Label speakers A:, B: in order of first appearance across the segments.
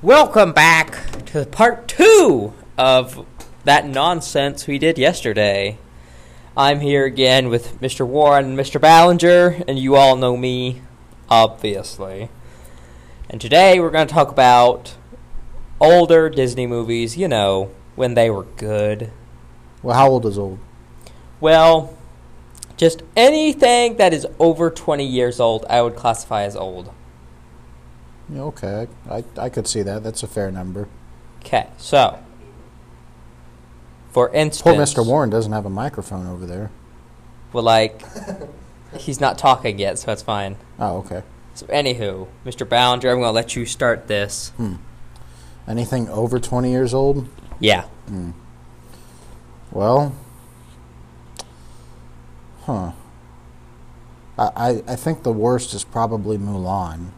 A: Welcome back to part two of that nonsense we did yesterday. I'm here again with Mr. Warren and Mr. Ballinger, and you all know me, obviously. And today we're going to talk about older Disney movies, you know, when they were good.
B: Well, how old is old?
A: Well, just anything that is over 20 years old, I would classify as old.
B: Yeah, Okay, I, I could see that. That's a fair number.
A: Okay, so. For
B: Poor
A: instance.
B: Mr. Warren doesn't have a microphone over there.
A: Well, like, he's not talking yet, so that's fine.
B: Oh, okay.
A: So, anywho, Mr. Ballinger, I'm going to let you start this.
B: Anything over 20 years old?
A: Yeah.
B: Well, huh. I, I, I think the worst is probably Mulan.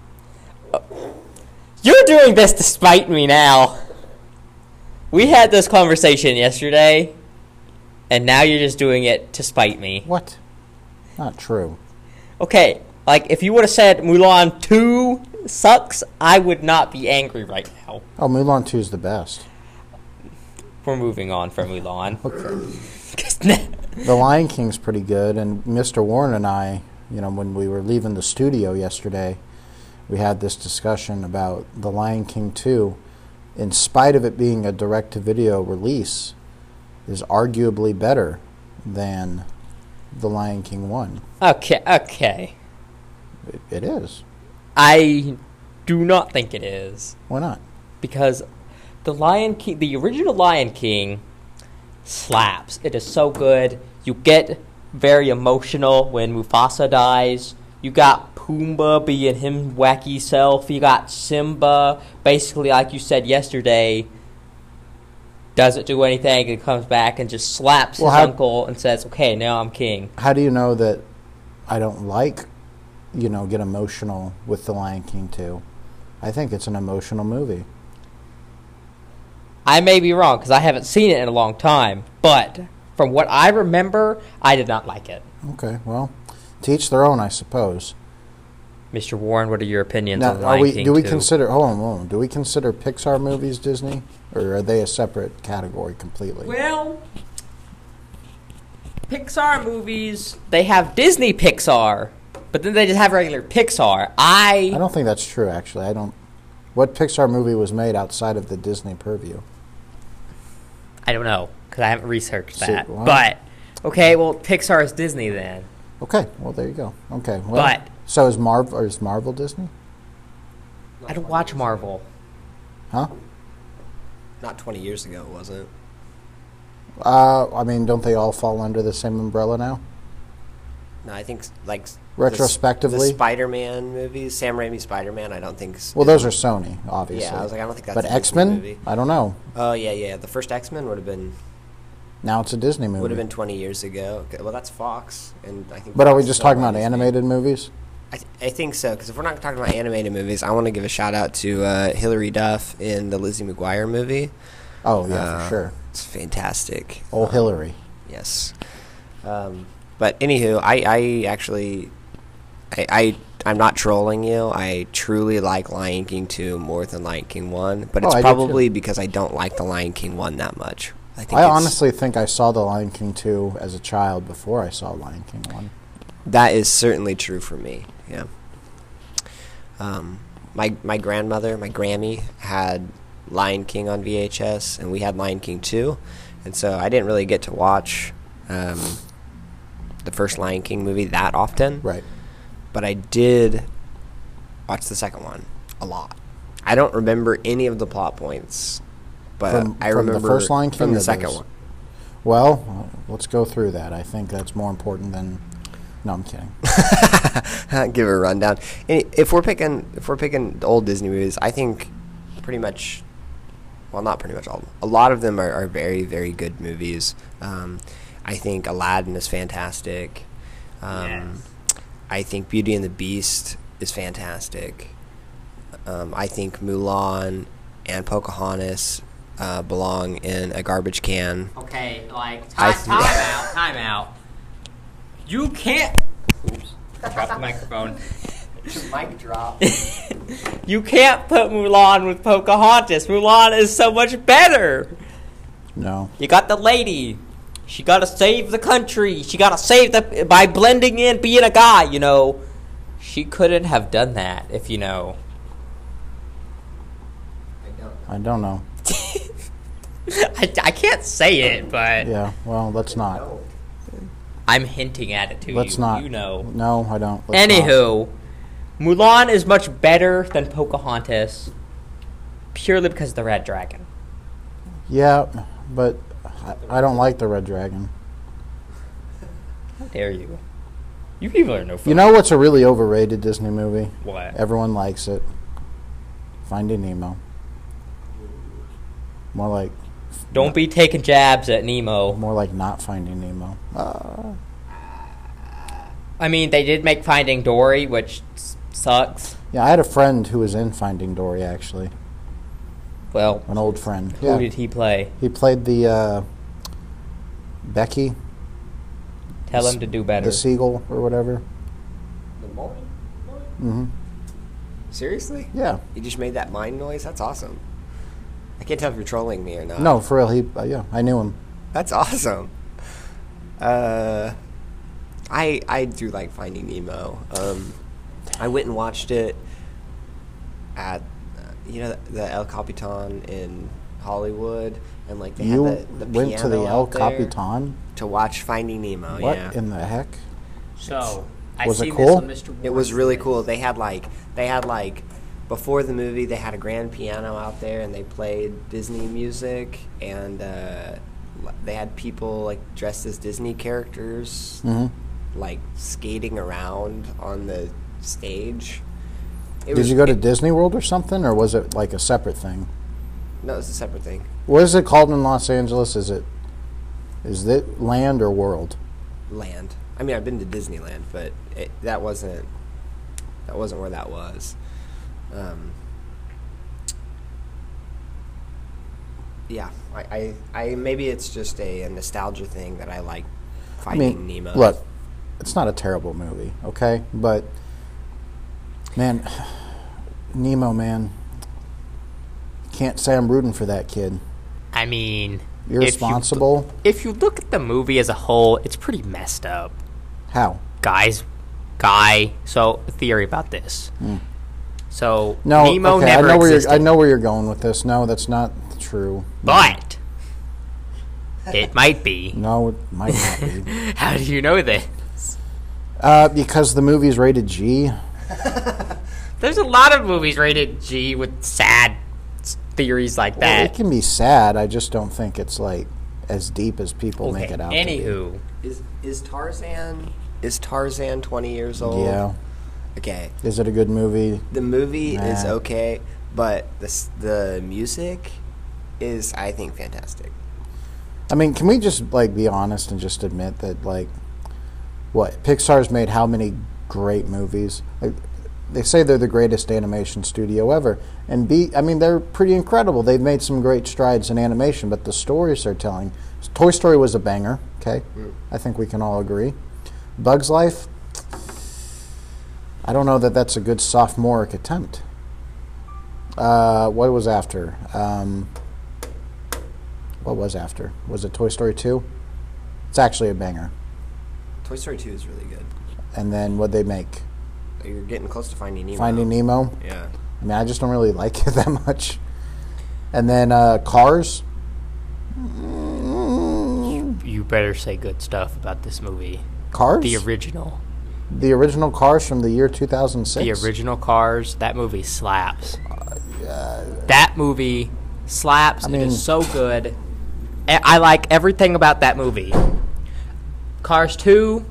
A: You're doing this to spite me now. We had this conversation yesterday, and now you're just doing it to spite me.
B: What? Not true.
A: Okay, like, if you would have said Mulan 2 sucks, I would not be angry right now.
B: Oh, Mulan 2 is the best.
A: We're moving on from Mulan.
B: Okay.
A: 'Cause now-
B: The Lion King's pretty good, and Mr. Warren and I, you know, when we were leaving the studio yesterday, we had this discussion about The Lion King 2, in spite of it being a direct to video release, is arguably better than The Lion King 1.
A: okay, okay.
B: It, it is.
A: I do not think it is.
B: Why not?
A: because the Lion King, the original Lion King, slaps. It is so good. You get very emotional when Mufasa dies. You got Pumbaa being him wacky self. You got Simba, basically like you said yesterday, doesn't do anything and comes back and just slaps
B: Well,
A: his
B: how-
A: uncle and says, "Okay, now I'm king."
B: How do you know that I don't like, you know, get emotional with The Lion King 2? I think it's an emotional movie.
A: I may be wrong because I haven't seen it in a long time, but from what I remember, I did not like it.
B: Okay, well, to each their own, I suppose.
A: Mr. Warren, what are your opinions
B: Now,
A: on
B: are
A: Lion
B: we,
A: King
B: do we
A: 2?
B: consider? Hold on, hold on. Do we consider Pixar movies Disney, or are they a separate category completely?
A: well, Pixar movies, they have Disney Pixar, but then they just have regular Pixar.
B: I
A: I
B: don't think that's true. Actually, I don't. What Pixar movie was made outside of the Disney purview?
A: I don't know cuz I haven't researched
B: See,
A: that.
B: well-
A: but okay, well Pixar is Disney then.
B: Okay, well there you go. Okay, well,
A: But-
B: so is Marvel? Or is Marvel Disney?
A: I don't watch Marvel.
B: Huh?
C: Not 20 years ago, it wasn't.
B: Uh, I mean, don't they all fall under the same umbrella now?
C: No, I think s- like s- the s- the,
B: Retrospectively?
C: Spider-Man movies, Sam Raimi Spider-Man. I don't think. s-
B: Well, those are Sony, obviously.
C: yeah, I was like, I don't think that's.
B: but
C: a Disney
B: X Men?
C: movie.
B: I don't know.
C: Oh yeah, yeah. The first X-Men would have been
B: Now it's a Disney movie.
C: would have been 20 years ago. Okay, well, that's Fox, and I think.
B: But are we
C: Fox is
B: just
C: owned
B: talking
C: by
B: about
C: Disney.
B: animated movies?
C: I, th- I think so because if we're not talking about animated movies, I want to give a shout out to uh, Hilary Duff in the Lizzie McGuire movie.
B: Oh yeah,
C: Uh,
B: for sure.
C: It's fantastic.
B: Oh,
C: Um,
B: Hillary.
C: Yes. Um, but anywho, I, I actually, I, I, I'm not trolling you. I truly like Lion King 2 more than Lion King 1, but
B: Oh,
C: it's
B: I do too.
C: probably because I don't like the Lion King 1 that much. I think
B: I
C: it's-
B: honestly think I saw The Lion King 2 as a child before I saw Lion King 1.
C: that is certainly true for me. Yeah. Um, my my grandmother, my Grammy had Lion King on VHS, and we had Lion King 2, and so I didn't really get to watch um, the first Lion King movie that often.
B: Right.
C: but I did watch the second one a lot. I don't remember any of the plot points, but
B: From-
C: I
B: from the
C: remember
B: first Lion King
C: from
B: or
C: the second
B: those?
C: one.
B: Well, uh, let's go through that. I think that's more important than. No, I'm kidding.
C: Give it a rundown. And if we're picking, if we're picking the old Disney movies, I think pretty much, well, not pretty much all. of them. A lot of them are, are very, very good movies. Um, I think Aladdin is fantastic. Um, I think Beauty and the Beast is fantastic. Um, I think Mulan and Pocahontas uh, belong in a garbage can.
A: Okay, like time,
C: I th-
A: time out, time out. You can't. Oops, dropped the microphone.
C: Mic drop.
A: You can't put Mulan with Pocahontas. Mulan is so much better.
B: No.
A: You got the lady. She gotta save the country. She gotta save the by blending in, being a guy. You know, she couldn't have done that if you know.
B: I don't know.
A: I, I can't say it, but
B: Yeah. Well, let's not.
A: I'm hinting at it to
B: Let's
A: you.
B: not.
A: You know.
B: No, I don't. Let's not.
A: Anywho, Mulan is much better than Pocahontas, purely because of the red dragon.
B: Yeah, but I, I don't like the red dragon.
A: How dare you? You people are no fun.
B: You know what's a really overrated Disney movie?
A: what?
B: Everyone likes it. Finding Nemo. More like
A: Don't be taking jabs at Nemo.
B: more like not Finding Nemo.
A: I mean, they did make Finding Dory, which s- sucks.
B: Yeah, I had a friend who was in Finding Dory actually.
A: Well,
B: An old friend.
A: who
B: Yeah.
A: did he play?
B: He played the uh, Becky,
A: Tell
B: S-
A: him to do better.
B: the seagull or whatever. hmm
C: Seriously?
B: Yeah.
C: You just made that mind noise? That's awesome. I can't tell if you're trolling me or not.
B: No, for real. He uh, yeah, I knew him.
C: That's awesome. Uh, I I do like Finding Nemo. Um, I went and watched it at uh, you know the El Capitan in Hollywood, and like they
B: You
C: had the, the
B: went to the
C: piano
B: El
C: out there
B: Capitan.
C: to watch Finding Nemo.
B: What
C: Yeah,
B: in the heck?
D: So I
B: Was it
D: see
B: cool?
D: this on Mr.
C: it
D: Warren's
C: was really
D: list.
C: cool. They had like they had like before the movie they had a grand piano out there and they played Disney music and uh, l- they had people like dressed as Disney characters
B: hmm
C: like skating around on the stage. It
B: Did you go to Disney World or something, or was it like a separate thing?
C: No, it's a separate thing.
B: What is it called in Los Angeles? Is it is it land or world?
C: Land. I mean, I've been to Disneyland, but it, that wasn't that wasn't where that was. Um, yeah, I, I, I maybe it's just a, nostalgia thing that I like
B: I
C: finding
B: mean,
C: Nemo.
B: look, it's not a terrible movie, okay? But man, Nemo, man, can't say I'm rooting for that kid.
A: I mean,
B: Irresponsible?
A: If you, if you look at the movie as a whole, it's pretty messed up.
B: How?
A: guys, guy. So theory about this. So
B: Hmm. No,
A: Nemo
B: okay,
A: never
B: I know where
A: existed,
B: you're, I know where you're going with this. No, that's not true.
A: but it might be.
B: No, it might not be.
A: How do you know that?
B: Uh, because the movie's rated G.
A: There's a lot of movies rated G with sad s- theories like
B: Well, it
A: that.
B: can be sad. I just don't think it's like as deep as people
A: okay.
B: make it out. to
A: Anywho,
C: is is Tarzan is Tarzan twenty years
B: be.
C: old?
B: yeah.
C: Okay,
B: Is it a good movie?
C: the movie is
B: Nah.
C: okay, but the s- the music is I think fantastic.
B: I mean, can we just like be honest and just admit that like what Pixar's made how many great movies? Like, they say they're the greatest animation studio ever, and be I mean they're pretty incredible. They've made some great strides in animation, but the stories they're telling. Toy Story was a banger. Okay, I think we can all agree. Bug's Life. I don't know that that's a good sophomoric attempt. Uh, what was after? Um, what was after? Was it Toy Story 2? It's actually a banger.
C: Toy Story two is really good.
B: And then what'd they make?
C: You're getting close to Finding Nemo.
B: Finding Nemo?
C: Yeah.
B: I mean, I just don't really like it that much. And then uh, Cars?
A: you better say good stuff about this movie.
B: Cars?
A: The original,
B: The original Cars from the year 2006?
A: the original Cars. That movie slaps. that movie slaps.
B: I
A: it
B: mean-
A: is so good. E- I like everything about that movie. Cars 2,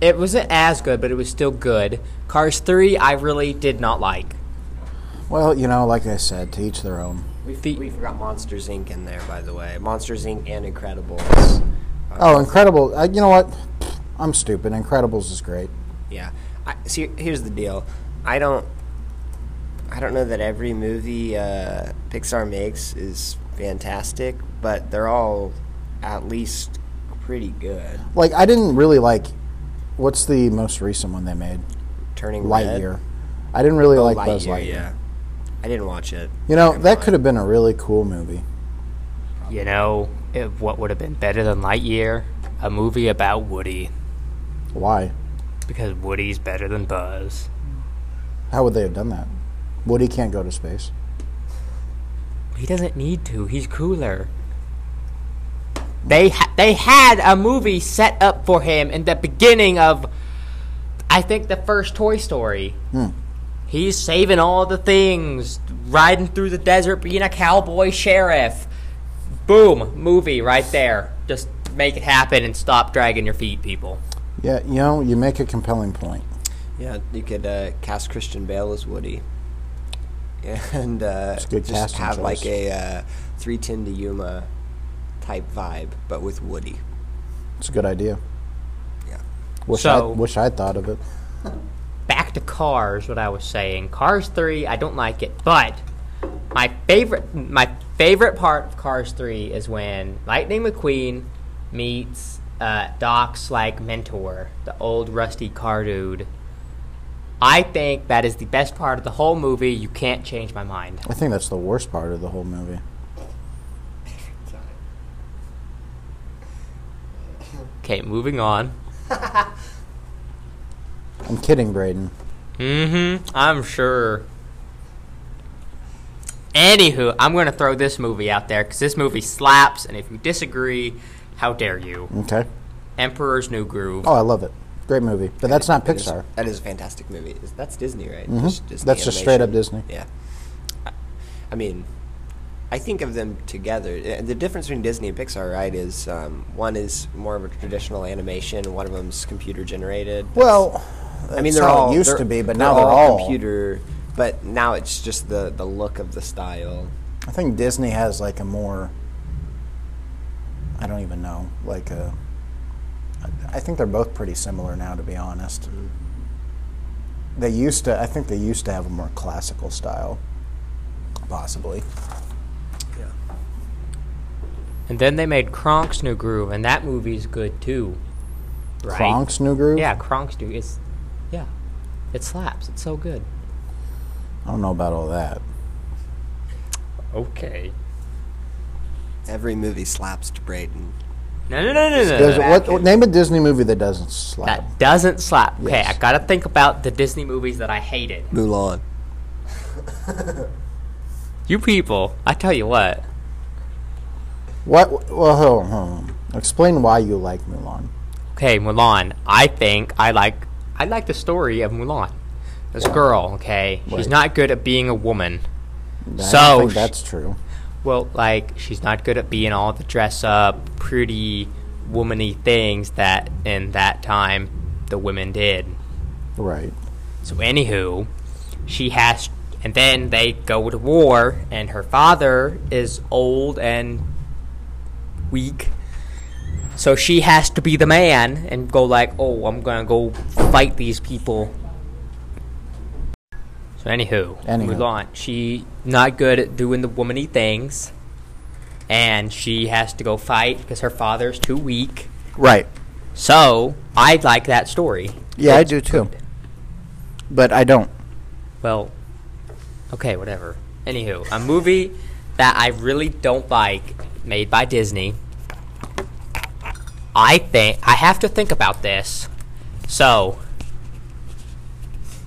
A: it wasn't as good, but it was still good. Cars 3, I really did not like.
B: Well, you know, like I said, to each their own.
C: We,
A: The-
C: we forgot Monsters Inc. in there, by the way. Monsters Inc. and Incredibles. Uh,
B: Oh, Incredible. Uh, you know what? I'm stupid. Incredibles is great.
C: Yeah. I, see, here's the deal. I don't. I don't know that every movie uh, Pixar makes is fantastic, but they're all at least pretty good.
B: Like, I didn't really like. What's the most recent one they made?
C: turning red.
B: Lightyear. I didn't really
C: Oh,
B: like Buzz Lightyear.
C: Yeah, I didn't watch it.
B: You know,
C: Never
B: that
C: mind.
B: could have been a really cool movie.
A: You know, it, what would have been better than Lightyear? A movie about Woody.
B: Why?
A: Because Woody's better than Buzz.
B: How would they have done that? Woody can't go to space.
A: He doesn't need to. He's cooler. They ha- they had a movie set up for him in the beginning of, I think, the first Toy Story.
B: Hmm.
A: He's saving all the things, riding through the desert, being a cowboy sheriff. Boom, movie right there. Just make it happen and stop dragging your feet, people.
B: Yeah, you know, you make a compelling point.
C: Yeah, you could uh, cast Christian Bale as Woody, and uh,
B: It's a good
C: just
B: casting
C: have
B: choice.
C: like a uh, three ten to Yuma type vibe, but with Woody.
B: It's a good idea.
C: Yeah.
B: Wish I
A: So-
B: wish I'd thought of it.
A: back to Cars, what I was saying. Cars 3, I don't like it, but my favorite my favorite part of Cars 3 is when Lightning McQueen meets uh, Doc's like mentor, the old rusty car dude. I think that is the best part of the whole movie. You can't change my mind.
B: I think that's the worst part of the whole movie.
A: Okay, moving on.
B: I'm kidding, Braden.
A: Mm-hmm. I'm sure. Anywho, I'm gonna throw this movie out there because this movie slaps, and if you disagree, how dare you?
B: Okay.
A: Emperor's New Groove.
B: Oh, I love it. Great movie, but that's not
C: That is-
B: Pixar.
C: that is a fantastic movie. Is- That's Disney, right?
B: Mhm.
C: Just Disney
B: That's just straight up Disney.
C: animation. Yeah. I- I mean, I think of them together. Uh, The difference between Disney and Pixar, right, is um, one is more of a traditional animation, one of them's computer generated.
B: Well,
C: I mean,
B: that's
C: they're
B: how
C: all
B: it used
C: they're-
B: to be, but now they're all.
C: computer. But now it's just the the look of the style.
B: I think Disney has like a more. I don't even know. Like a. I- I think they're both pretty similar now, to be honest. They used to. I think they used to have a more classical style, possibly.
C: Yeah.
A: And then they made Kronk's New Groove, and that movie's good too. Right?
B: Kronk's New Groove.
A: Yeah, Kronk's New. It's yeah, it slaps. It's so good.
B: I don't know about all
A: Uh,
B: that.
A: Okay.
C: Every movie slaps to Braden.
A: No, no, no, no, no.
B: Does
A: no.
B: it- what, what- name a Disney movie that doesn't slap.
A: That doesn't slap. Okay,
B: Yes.
A: I gotta think about the Disney movies that I hated.
C: Mulan.
A: You people, I tell you what.
B: What? Well, hold on, hold on. Explain why you like Mulan.
A: Okay, Mulan. I think I like I like the story of Mulan. This girl, okay, she's
B: Right.
A: not good at being a woman.
B: I
A: So
B: don't think
A: sh-
B: that's true.
A: Well, like she's not good at being all the dress up, pretty, womany things that in that time the women did.
B: Right.
A: So anywho, she has, and then they go to war, and her father is old and weak. So she has to be the man and go like, oh, I'm gonna go fight these people. So anywho,
B: Anywho.
A: Mulan, she not good at doing the womany things, and she has to go fight because her father's too weak.
B: Right.
A: So I like that story.
B: Yeah, I
A: It's
B: do too.
A: good.
B: But I don't.
A: Well, okay, whatever. Anywho, a movie that I really don't like, made by Disney. I think I have to think about this. So,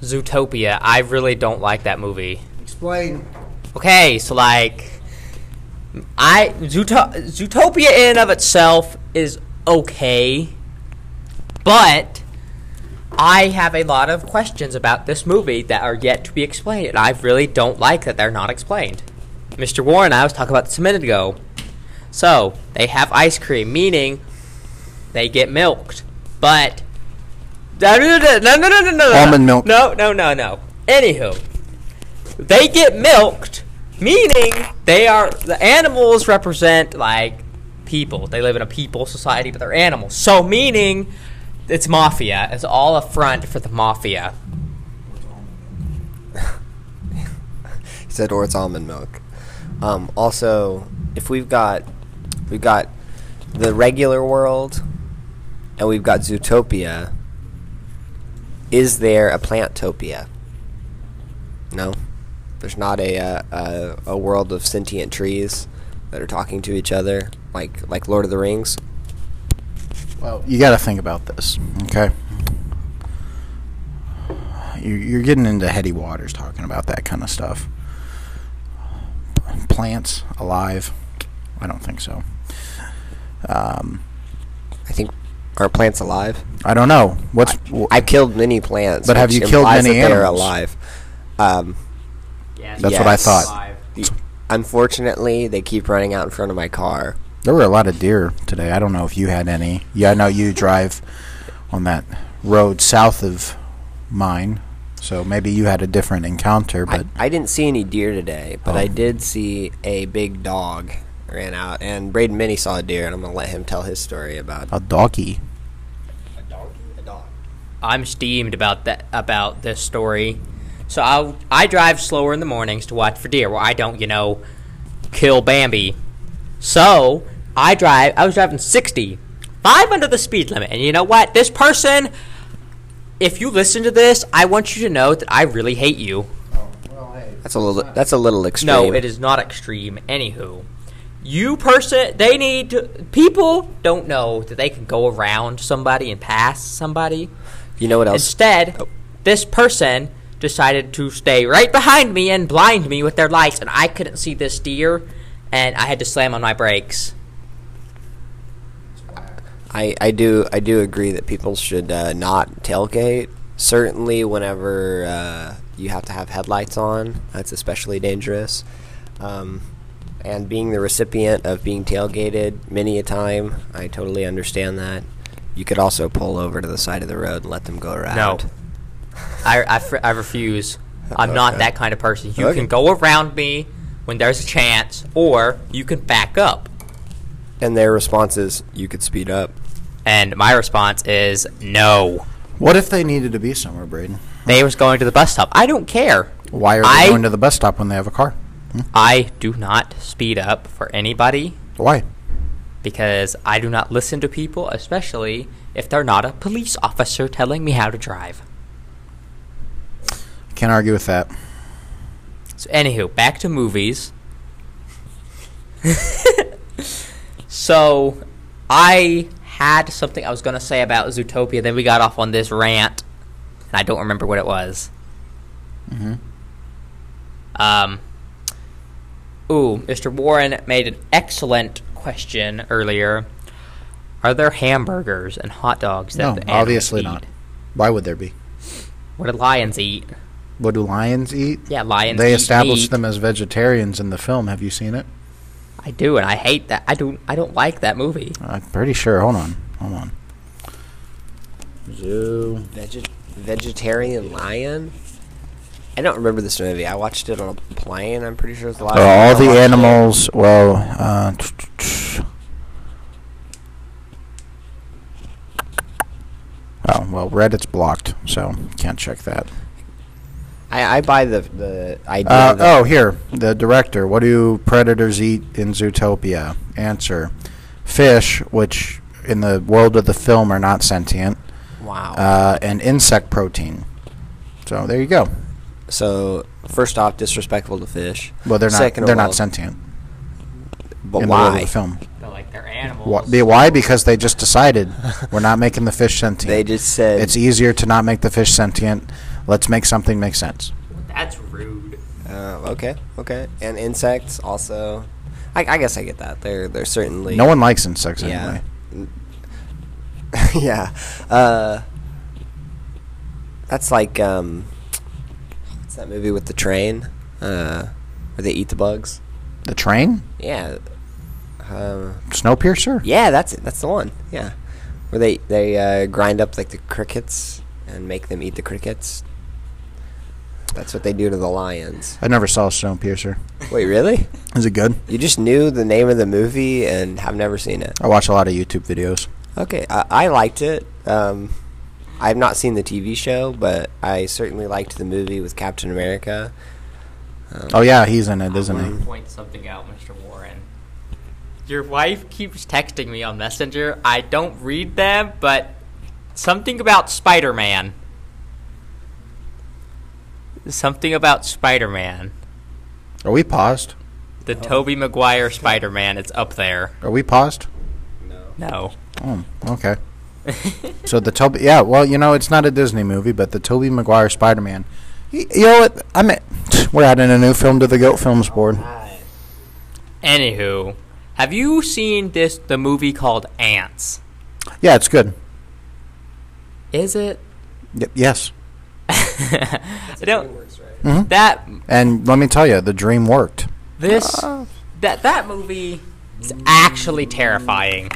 A: Zootopia. I really don't like that movie.
B: Explain.
A: Okay, so like, I Zooto- Zootopia in and of itself is okay, but I have a lot of questions about this movie that are yet to be explained, and I really don't like that they're not explained. Mr. Warren, I was talking about this a minute ago. So they have ice cream, meaning they get milked, but no, no, no, no, no, no, no, no,
B: Almond milk.
A: No, no, no, no. Anywho, they get milked, meaning they are the animals represent like people. They live in a people society, but they're animals. So meaning it's mafia. It's all a front for the mafia.
C: He said, or it's almond milk. Um, also, if we've got we've got the regular world, and we've got Zootopia, Is there a Plantopia? No, there's not a, uh, a a world of sentient trees that are talking to each other like like Lord of the Rings.
B: Well, you got to think about this, okay? You- You're getting into heady waters talking about that kind of stuff. Plants alive? I don't think so. Um,
C: I think are plants alive?
B: I don't know. What's wh-
C: I've killed many plants,
B: But have
C: which
B: you killed
C: implies
B: many
C: that they are
B: animals?
C: alive? Um,
D: Yes.
B: That's what I
C: Yes.
B: thought.
D: Alive.
C: unfortunately, they keep running out in front of my car.
B: There were a lot of deer today. I don't know if you had any. Yeah, I know you drive on that road south of mine, so maybe you had a different encounter. But
C: I, I didn't see any deer today, but I
B: Oh.
C: did see a big dog ran out, and Braden Minnie saw a deer, and I'm gonna let him tell his story about
B: a doggy.
C: a donkey, a dog.
A: I'm steamed about that about this story. So I I drive slower in the mornings to watch for deer. Well, I don't, you know, kill Bambi. So I drive. I was driving 60, five under the speed limit, and you know what? This person, if you listen to this, I want you to know that I really hate you.
C: That's a little. That's a little extreme.
A: No, it is not extreme. Anywho, you person, they need to, people don't know that they can go around somebody and pass somebody.
C: You know what else?
A: Instead, this person decided to stay right behind me and blind me with their lights, and I couldn't see this deer, and I had to slam on my brakes.
C: I, I do I do agree that people should uh, not tailgate. Certainly, whenever uh, you have to have headlights on, that's especially dangerous. Um, and being the recipient of being tailgated many a time, I totally understand that. You could also pull over to the side of the road and let them go around.
A: I, I, fr- I refuse. I'm not that kind of person. You
C: Okay.
A: can go around me when there's a chance, or you can back up.
C: And their response is, "You could speed up."
A: And my response is no.
B: What if they needed to be somewhere, Braden?
A: They was going to the bus stop. I don't care.
B: Why are they
A: I-
B: going to the bus stop when they have a car? Hmm?
A: I do not speed up for anybody
B: Why?
A: because I do not listen to people, especially if they're not a police officer telling me how to drive.
B: Can't argue with that.
A: So, anywho, back to movies. so, I had something I was going to say about Zootopia, then we got off on this rant, and I don't remember what it was.
B: Mm-hmm.
A: Um, ooh, Mr. Warren made an excellent question earlier. Are there hamburgers and hot dogs that
B: No,
A: the animals
B: obviously
A: eat?
B: not. Why would there be?
A: What do lions eat?
B: What do lions eat?
A: Yeah, lions.
B: they
A: eat
B: established
A: meat.
B: them as vegetarians in the film. Have you seen it?
A: I do, and I hate that. I don't. I don't like that movie.
B: I'm pretty sure. Hold on. Hold on. Zoo.
C: Veget- vegetarian lion. I don't remember this movie. I watched it on a plane. I'm pretty sure it's the last.
B: Are
C: time I
B: all the
C: watched it.
B: animals? Well, uh, t- t- t- oh well, Reddit's blocked, so can't check that.
C: I, I buy the the idea.
B: Uh,
C: that
B: oh, here the director. What do predators eat in Zootopia? Answer: fish, which in the world of the film are not sentient,
C: wow.
B: uh, and insect protein. So there you go.
C: so first off, disrespectful to fish.
B: Well, they're not.
C: Second of
B: they're
C: all,
B: not sentient
C: But
B: in the world of
C: why?
B: the film.
A: But like they're animals.
B: Why, be- why? Because they just decided we're not making the fish sentient.
C: They just said
B: it's easier to not make the fish sentient. Let's make something make sense.
A: That's rude.
C: Uh, okay, okay, and insects also. I, I guess I get that. They're they're certainly
B: No one likes insects
C: Yeah.
B: anyway.
C: yeah. Uh, that's like um, what's that movie with the train? Uh, where they eat the bugs?
B: The train,
C: Yeah. Um,
B: Snowpiercer.
C: Yeah, that's it. That's the one. Yeah, where they they uh, grind up like the crickets and make them eat the crickets. That's what they do to the lions.
B: I never saw Snowpiercer.
C: Wait, really?
B: Is it good?
C: You just knew the name of the movie and have never seen it.
B: I watch a lot of YouTube videos.
C: Okay, I, I liked it. Um, I've not seen the TV show, but I certainly liked the movie with Captain America. Um,
B: Oh yeah, he's in it, isn't
A: I want
B: he?
A: to point something out, Mr. Warren. Your wife keeps texting me on Messenger. I don't read them, but something about Spider-Man. something about Spider-Man,
B: Are we paused?
A: the Toby Maguire Spider-Man. It's up there.
B: Are we paused?
A: No,
B: Oh, okay. so the Toby, yeah. Well, you know, it's not a Disney movie, but the Toby Maguire Spider-Man. Y- You know what? I mean, we're adding a new film to the Goat Films board.
A: Anywho, have you seen this the movie called Ants?
B: Yeah, it's good.
A: Is it?
B: Y- yes.
A: I don't.
B: Mhm.
A: That
B: And let me tell you, the dream worked.
A: this that that movie is actually terrifying.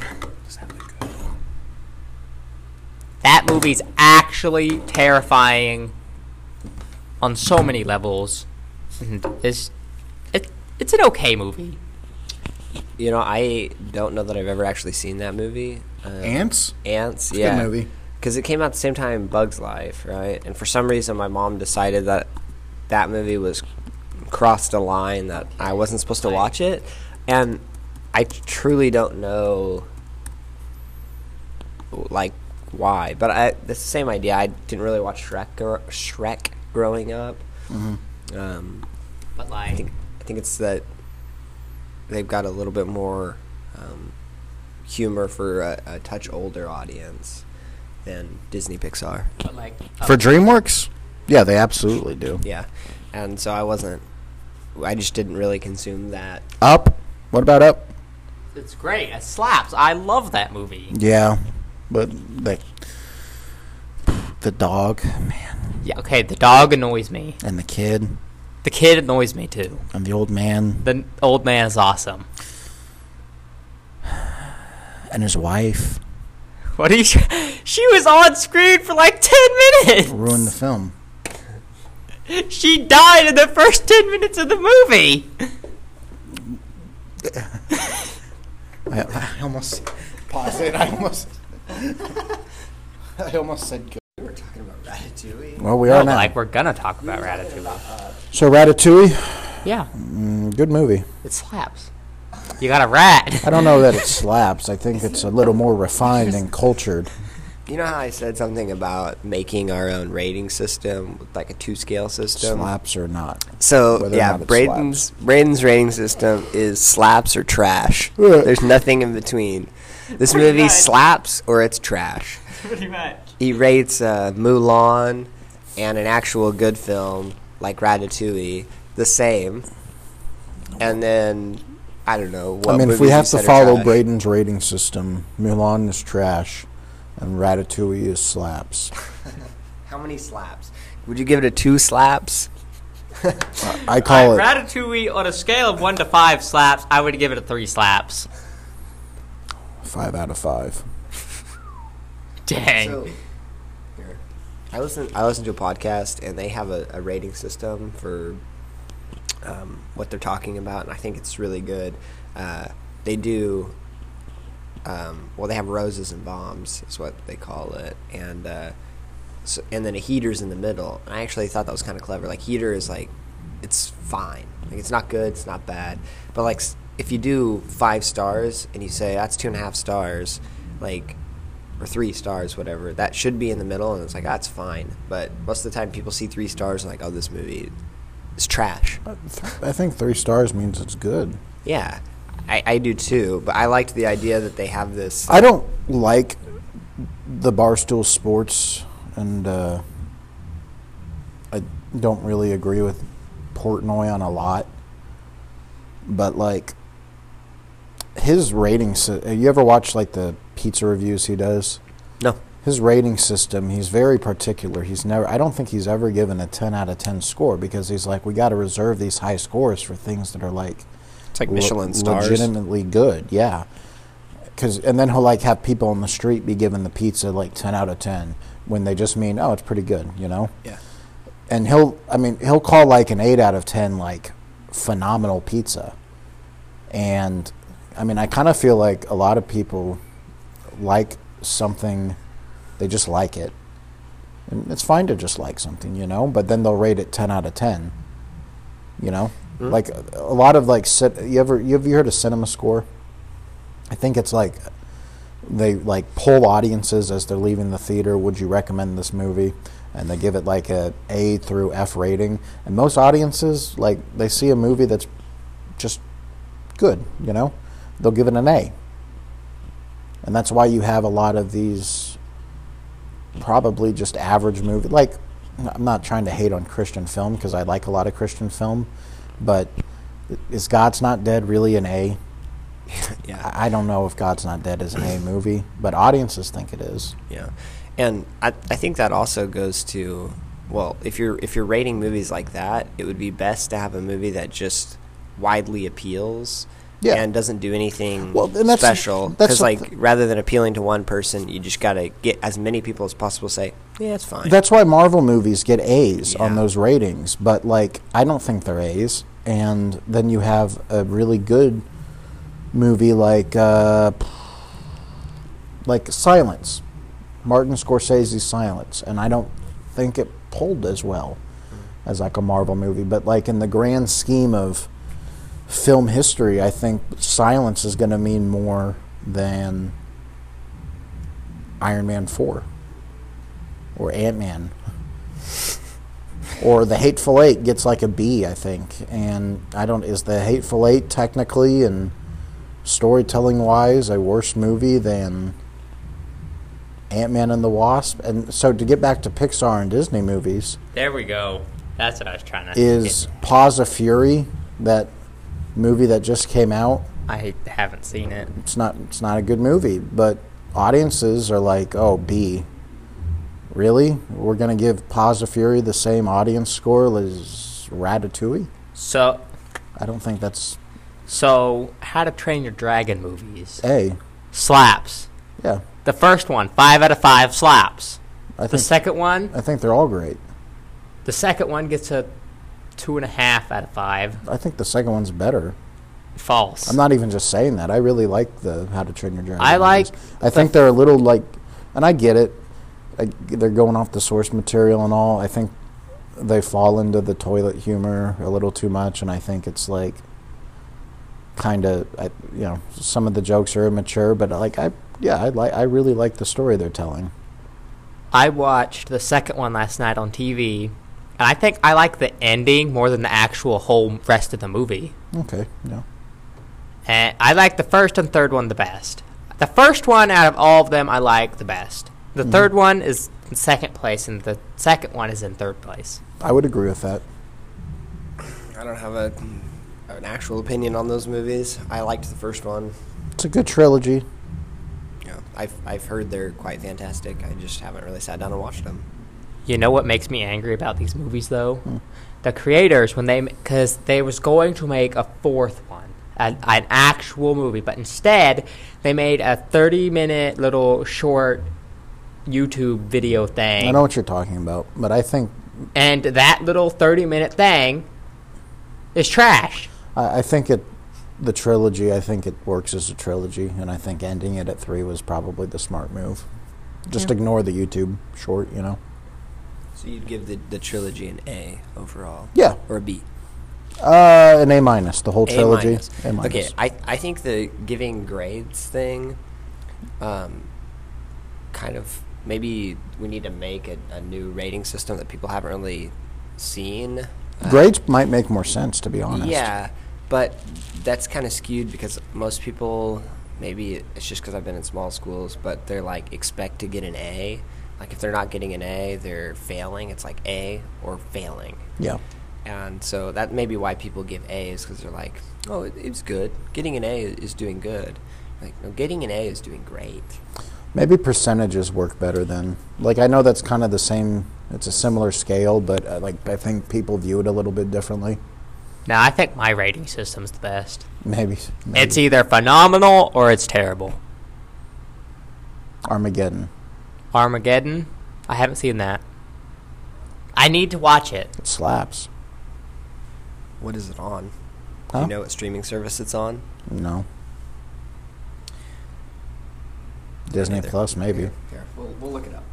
A: That movie's actually terrifying on so many levels. And It's it, it's an okay movie.
C: You know, I don't know that I've ever actually seen that movie. Uh,
B: Ants.
C: Ants,
B: a good
C: yeah,
B: movie.
C: Because it came out the same time Bugs Life, right? And for some reason, my mom decided that that movie was crossed a line that I wasn't supposed to watch it, and I truly don't know, like, why. But I, it's the same idea. I didn't really watch Shrek, gr- Shrek growing up. Um,
A: But
C: I
A: like
C: think I think it's that they've got a little bit more um, humor for a, a touch older audience than Disney Pixar.
A: but like uh,
B: For DreamWorks. Yeah, they absolutely do.
C: Yeah, and so I wasn't. I just didn't really consume that.
B: Up. What about Up?
A: it's great. It slaps. I love that movie.
B: Yeah, but they. The dog
A: Yeah, okay, the dog annoys me.
B: and the kid
A: The kid annoys me too.
B: and the old man
A: The n- old man is awesome.
B: and his wife
A: What are you? She was on screen for like ten minutes.
B: ruined the film.
A: She died in the first ten minutes of the movie.
B: I, I almost paused it. I almost. I almost said. Good.
C: We're talking about Ratatouille.
B: Well, we
A: No,
B: are
A: but,
B: now.
A: Oh, like we're gonna talk about Ratatouille.
B: so Ratatouille,
A: Yeah,
B: mm, good movie.
A: it slaps. You got a rat.
B: I don't know that it slaps. I think it's a little more refined and cultured.
C: You know how I said something about making our own rating system, with like a two-scale system.
B: Slaps or not.
C: So
B: Whether or
C: yeah,
B: not it
C: Braden's Braden's rating system is slaps or trash.
B: Yeah.
C: There's nothing in between. This
A: Pretty
C: movie
A: much.
C: slaps or it's trash.
A: Pretty much.
C: He rates uh, Mulan and an actual good film like Ratatouille the same, and then I don't know. What
B: I mean, if we
C: movies
B: have
C: he
B: to
C: said are
B: follow
C: trash.
B: Braden's rating system, Mulan is trash, and Ratatouille is slaps.
C: how many slaps? Would you give it a two slaps?
B: I call it.
A: Ratatouille on a scale of one to five slaps. I would give it a three slaps.
B: Five out of five.
A: Dang.
C: So, here. I listen. I listen to a podcast, and they have a, a rating system for um, what they're talking about, and I think it's really good. Uh, they do. Um, well, they have roses and bombs, is what they call it, and uh, so, and then a heater's in the middle. And I actually thought that was kind of clever. Like heater is like, it's fine. Like it's not good, it's not bad. But like s- if you do five stars and you say that's two and a half stars, like or three stars, whatever, that should be in the middle. And it's like that's fine. But most of the time, people see three stars and like, oh, this movie is trash.
B: I think three stars means it's good.
C: Yeah, I, I do too. But I liked the idea that they have this.
B: I don't like the Barstool Sports, and uh, I don't really agree with Portnoy on a lot. But like his rating, sy- uh, you ever watch like the pizza reviews he does?
C: no,
B: His rating system, he's very particular. He's never, I don't think he's ever given a 10 out of 10 score because he's like, we got to reserve these high scores for things that are like
C: it's like
B: le-
C: Michelin stars.
B: legitimately good. Yeah, because and then he'll like have people on the street be given the pizza like ten out of ten when they just mean oh it's pretty good, you know.
C: Yeah.
B: And he'll I mean he'll call like an eight out of ten like phenomenal pizza, and I mean I kind of feel like a lot of people like something, they just like it. And it's fine to just like something, you know, but then they'll rate it 10 out of 10. You know?
C: Mhm.
B: Like a a lot of like cin- you ever you have you heard of cinema score? I think it's like they like poll audiences as they're leaving the theater, would you recommend this movie? and they give it like a A through F rating. And most audiences, like they see a movie that's just good, you know, they'll give it an A. And that's why you have a lot of these probably just average movie. Like, I'm not trying to hate on Christian film because I like a lot of Christian film, but is God's Not Dead really an A?
C: yeah.
B: I I don't know if God's Not Dead is an A movie, but audiences think it is.
C: Yeah, and I, I think that also goes to well, if you're if you're rating movies like that, it would be best to have a movie that just widely appeals.
B: Yeah.
C: and doesn't do anything
B: Well, and that's-
C: special.
B: that's
C: Because
B: the-
C: like rather than appealing to one person, you just gotta get as many people as possible. Say, yeah, it's fine.
B: That's why Marvel movies get A's on
C: Yeah.
B: those ratings, but like I don't think they're A's. And then you have a really good movie like uh, like Silence, Martin Scorsese's Silence, and I don't think it pulled as well as like a Marvel movie, but like in the grand scheme of film history, I think Silence is going to mean more than Iron Man 4 or Ant Man. or The Hateful Eight gets like a B, I think. And I don't, is The Hateful Eight technically and storytelling wise a worse movie than Ant Man and the Wasp? And so to get back to Pixar and Disney movies,
D: There we go. That's what I was trying to.
B: is Paws of Fury, that movie that just came out.
D: I haven't seen it.
B: It's not it's not a good movie, but audiences are like, "Oh, B. Really? We're going to give Paws of Fury the same audience score as Ratatouille?"
A: So,
B: I don't think that's
A: so How to Train Your Dragon movies
B: A.
A: slaps.
B: Yeah.
A: The first one, five out of five slaps.
B: I
A: The
B: think
A: second one,
B: I think they're all great.
A: the second one gets a two and a half out of five.
B: I think the second one's better.
A: False.
B: I'm not even just saying that. I really like the How to Train Your Dragon.
A: I like
B: movies. I think they're a little like, and I get it. I, they're going off the source material and all. I think they fall into the toilet humor a little too much, and I think it's like kind of, you know, some of the jokes are immature, but like I, yeah, I like, I really like the story they're telling.
A: I watched the second one last night on TV, and I think I like the ending more than the actual whole rest of the movie.
B: Okay, yeah,
A: And I like the first and third one the best. The first one out of all of them, I like the best. The
B: Mm-hmm.
A: third one is in second place, and the second one is in third place.
B: I would agree with that.
C: I don't have a an actual opinion on those movies. I liked the first one.
B: It's a good trilogy.
C: Yeah, I've I've heard they're quite fantastic. I just haven't really sat down and watched them.
A: You know what makes me angry about these movies, though?
B: Hmm.
A: The creators, when they, because they was going to make a fourth one, an, an actual movie, but instead they made a thirty-minute little short YouTube video thing.
B: I know what you're talking about, but I think
A: and that little thirty-minute thing is trash.
B: I, I think it, the trilogy. I think it works as a trilogy, and I think ending it at three was probably the smart move. Just ignore the YouTube short, you know.
C: So you'd give the, the trilogy an A overall.
B: Yeah,
C: Or a B.
B: uh, an A minus, the whole trilogy.
C: minus.
B: A minus.
C: Okay, I, I think the giving grades thing, um, kind of maybe we need to make a, a new rating system that people haven't really seen. Uh,
B: Grades might make more sense, to be honest.
C: Yeah, but that's kind of skewed because most people, maybe it's just because I've been in small schools, but they're like expect to get an A. Like if they're not getting an A, they're failing. It's like A or failing.
B: yeah.
C: And so that may be why people give A's because they're like, oh, it, it's good. Getting an A is doing good. Like, no, getting an A is doing great.
B: Maybe percentages work better then. Like I know that's kind of the same. It's a similar scale, but uh, like I think people view it a little bit differently.
A: Now I think my rating system's the best.
B: Maybe, maybe.
C: e-
A: It's either phenomenal or it's terrible.
B: Armageddon.
A: Armageddon. I haven't seen that. I need to watch it.
B: It slaps.
C: What is it on? Do
B: Huh?
C: you know what streaming service it's on?
B: No. Disney
C: Neither.
B: Plus, maybe.
C: Here, here, We'll, we'll look it up.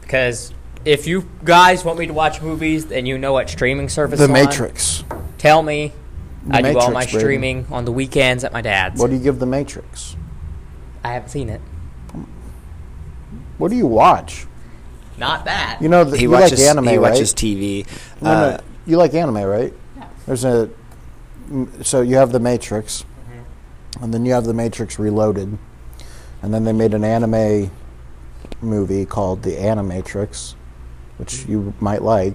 A: Because if you guys want me to watch movies and you know what streaming service
B: The
A: is on,
B: Matrix.
A: tell me.
B: The
A: I do all
B: Matrix,
A: my
B: baby.
A: streaming on the weekends at my dad's.
B: What do you give The Matrix?
A: I haven't seen it.
B: What do you watch?
A: Not that.
B: You know, the,
C: He
B: you
C: watches.
B: like anime,
C: he
B: right?
C: watches TV.
B: No, no,
C: Uh,
B: you like anime, right? There's a m- so you have the Matrix, and then you have the Matrix Reloaded, and then they made an anime movie called The Animatrix, which you might like,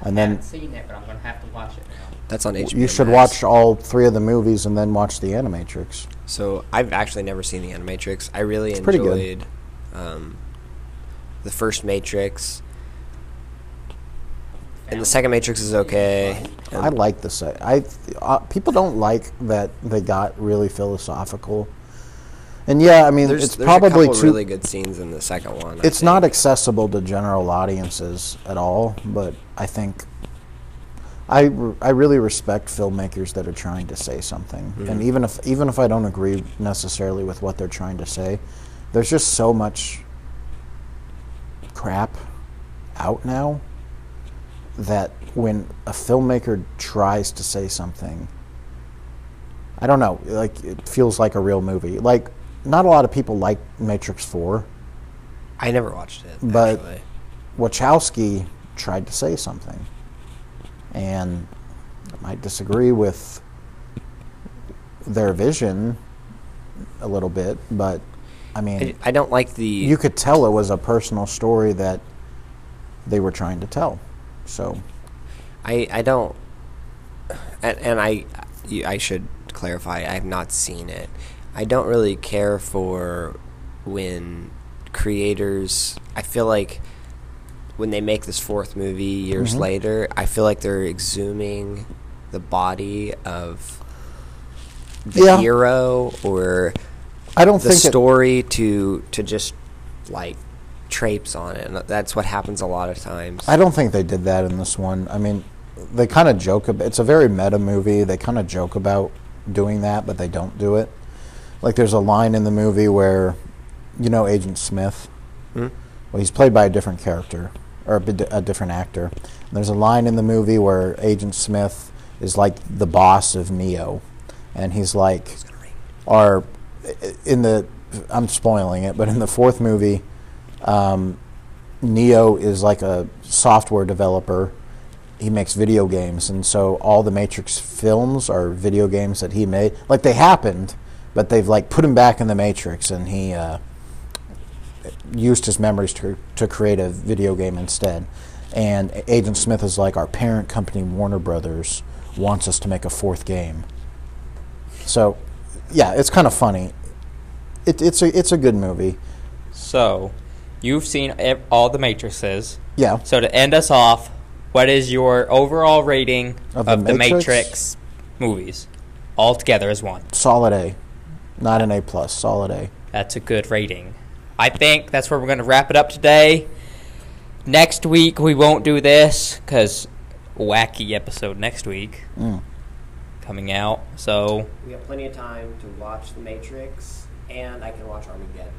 B: and
D: I
B: then
D: haven't seen it, but I'm gonna have to watch it now.
C: that's on HBO.
B: you should
C: Max.
B: watch all three of the movies and then watch The Animatrix.
C: So I've actually never seen the Animatrix. I really
B: It's pretty good.
C: enjoyed um, the first Matrix, and the second Matrix is okay.
B: I like the set. I uh, people don't like that they got really philosophical, and yeah, I mean
C: There's,
B: it's
C: there's
B: probably
C: a couple
B: too.
C: really good scenes in the second one. I
B: it's not
C: think.
B: accessible to general audiences at all, but I think I, re- I really respect filmmakers that are trying to say something. And even if even if I don't agree necessarily with what they're trying to say, there's just so much crap out now that when a filmmaker tries to say something I don't know, like it feels like a real movie. Like not a lot of people like Matrix 4.
C: I never watched it.
B: But-
C: actually.
B: Wachowski tried to say something, and I might disagree with their vision a little bit, but I mean,
C: I, I don't like the.
B: you could tell it was a personal story that they were trying to tell. So
C: I, I don't, and, and I you- I should clarify. I have not seen it. I don't really care for when creators. I feel like when they make this fourth movie years
B: Mhm.
C: later, I feel like they're exhuming the body of the
B: Yeah.
C: hero or
B: I don't
C: the
B: think it-
C: story to to just like traipse on it. And that's what happens a lot of times.
B: I don't think they did that in this one. I mean, they kind of joke about it's a very meta movie. They kind of joke about doing that, but they don't do it. Like there's a line in the movie where you know Agent Smith.
C: Hmm?
B: Well, he's played by a different character or a, bit- a different actor. And there's a line in the movie where Agent Smith is like the boss of Neo and he's like are in the I'm spoiling it, but in the fourth movie, um, Neo is like a software developer. He makes video games, and so all the Matrix films are video games that he made. Like they happened, but they've like put him back in the Matrix, and he uh, used his memories to to create a video game instead. And Agent Smith is like our parent company, Warner Brothers, wants us to make a fourth game. So, yeah, it's kind of funny. It, it's a it's a good movie.
A: So, you've seen ev- all the matrices.
B: Yeah,
A: So to end us off, what is your overall rating
B: Of
A: of,
B: The
A: the
B: Matrix?
A: Matrix, movies all together as one?
B: solid A, not an A plus. Solid A.
A: That's a good rating. I think that's where we're going to wrap it up today. Next week we won't do this cuz wacky episode next week
B: Mm.
A: coming out. So
C: We have plenty of time to watch The Matrix, and I can watch Armageddon.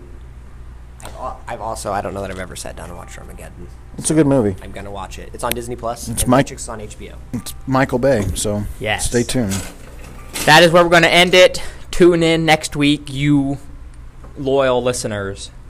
C: I've, al- I've also I don't know that I've ever sat down and watched Armageddon.
B: It's a good movie.
C: I'm gonna watch it. It's on Disney Plus.
B: It's
C: and
B: my-
C: Matrix is on HBO.
B: It's Michael Bay, so
A: Yes.
B: stay tuned.
A: that is where we're going to end it. Tune in next week you loyal listeners.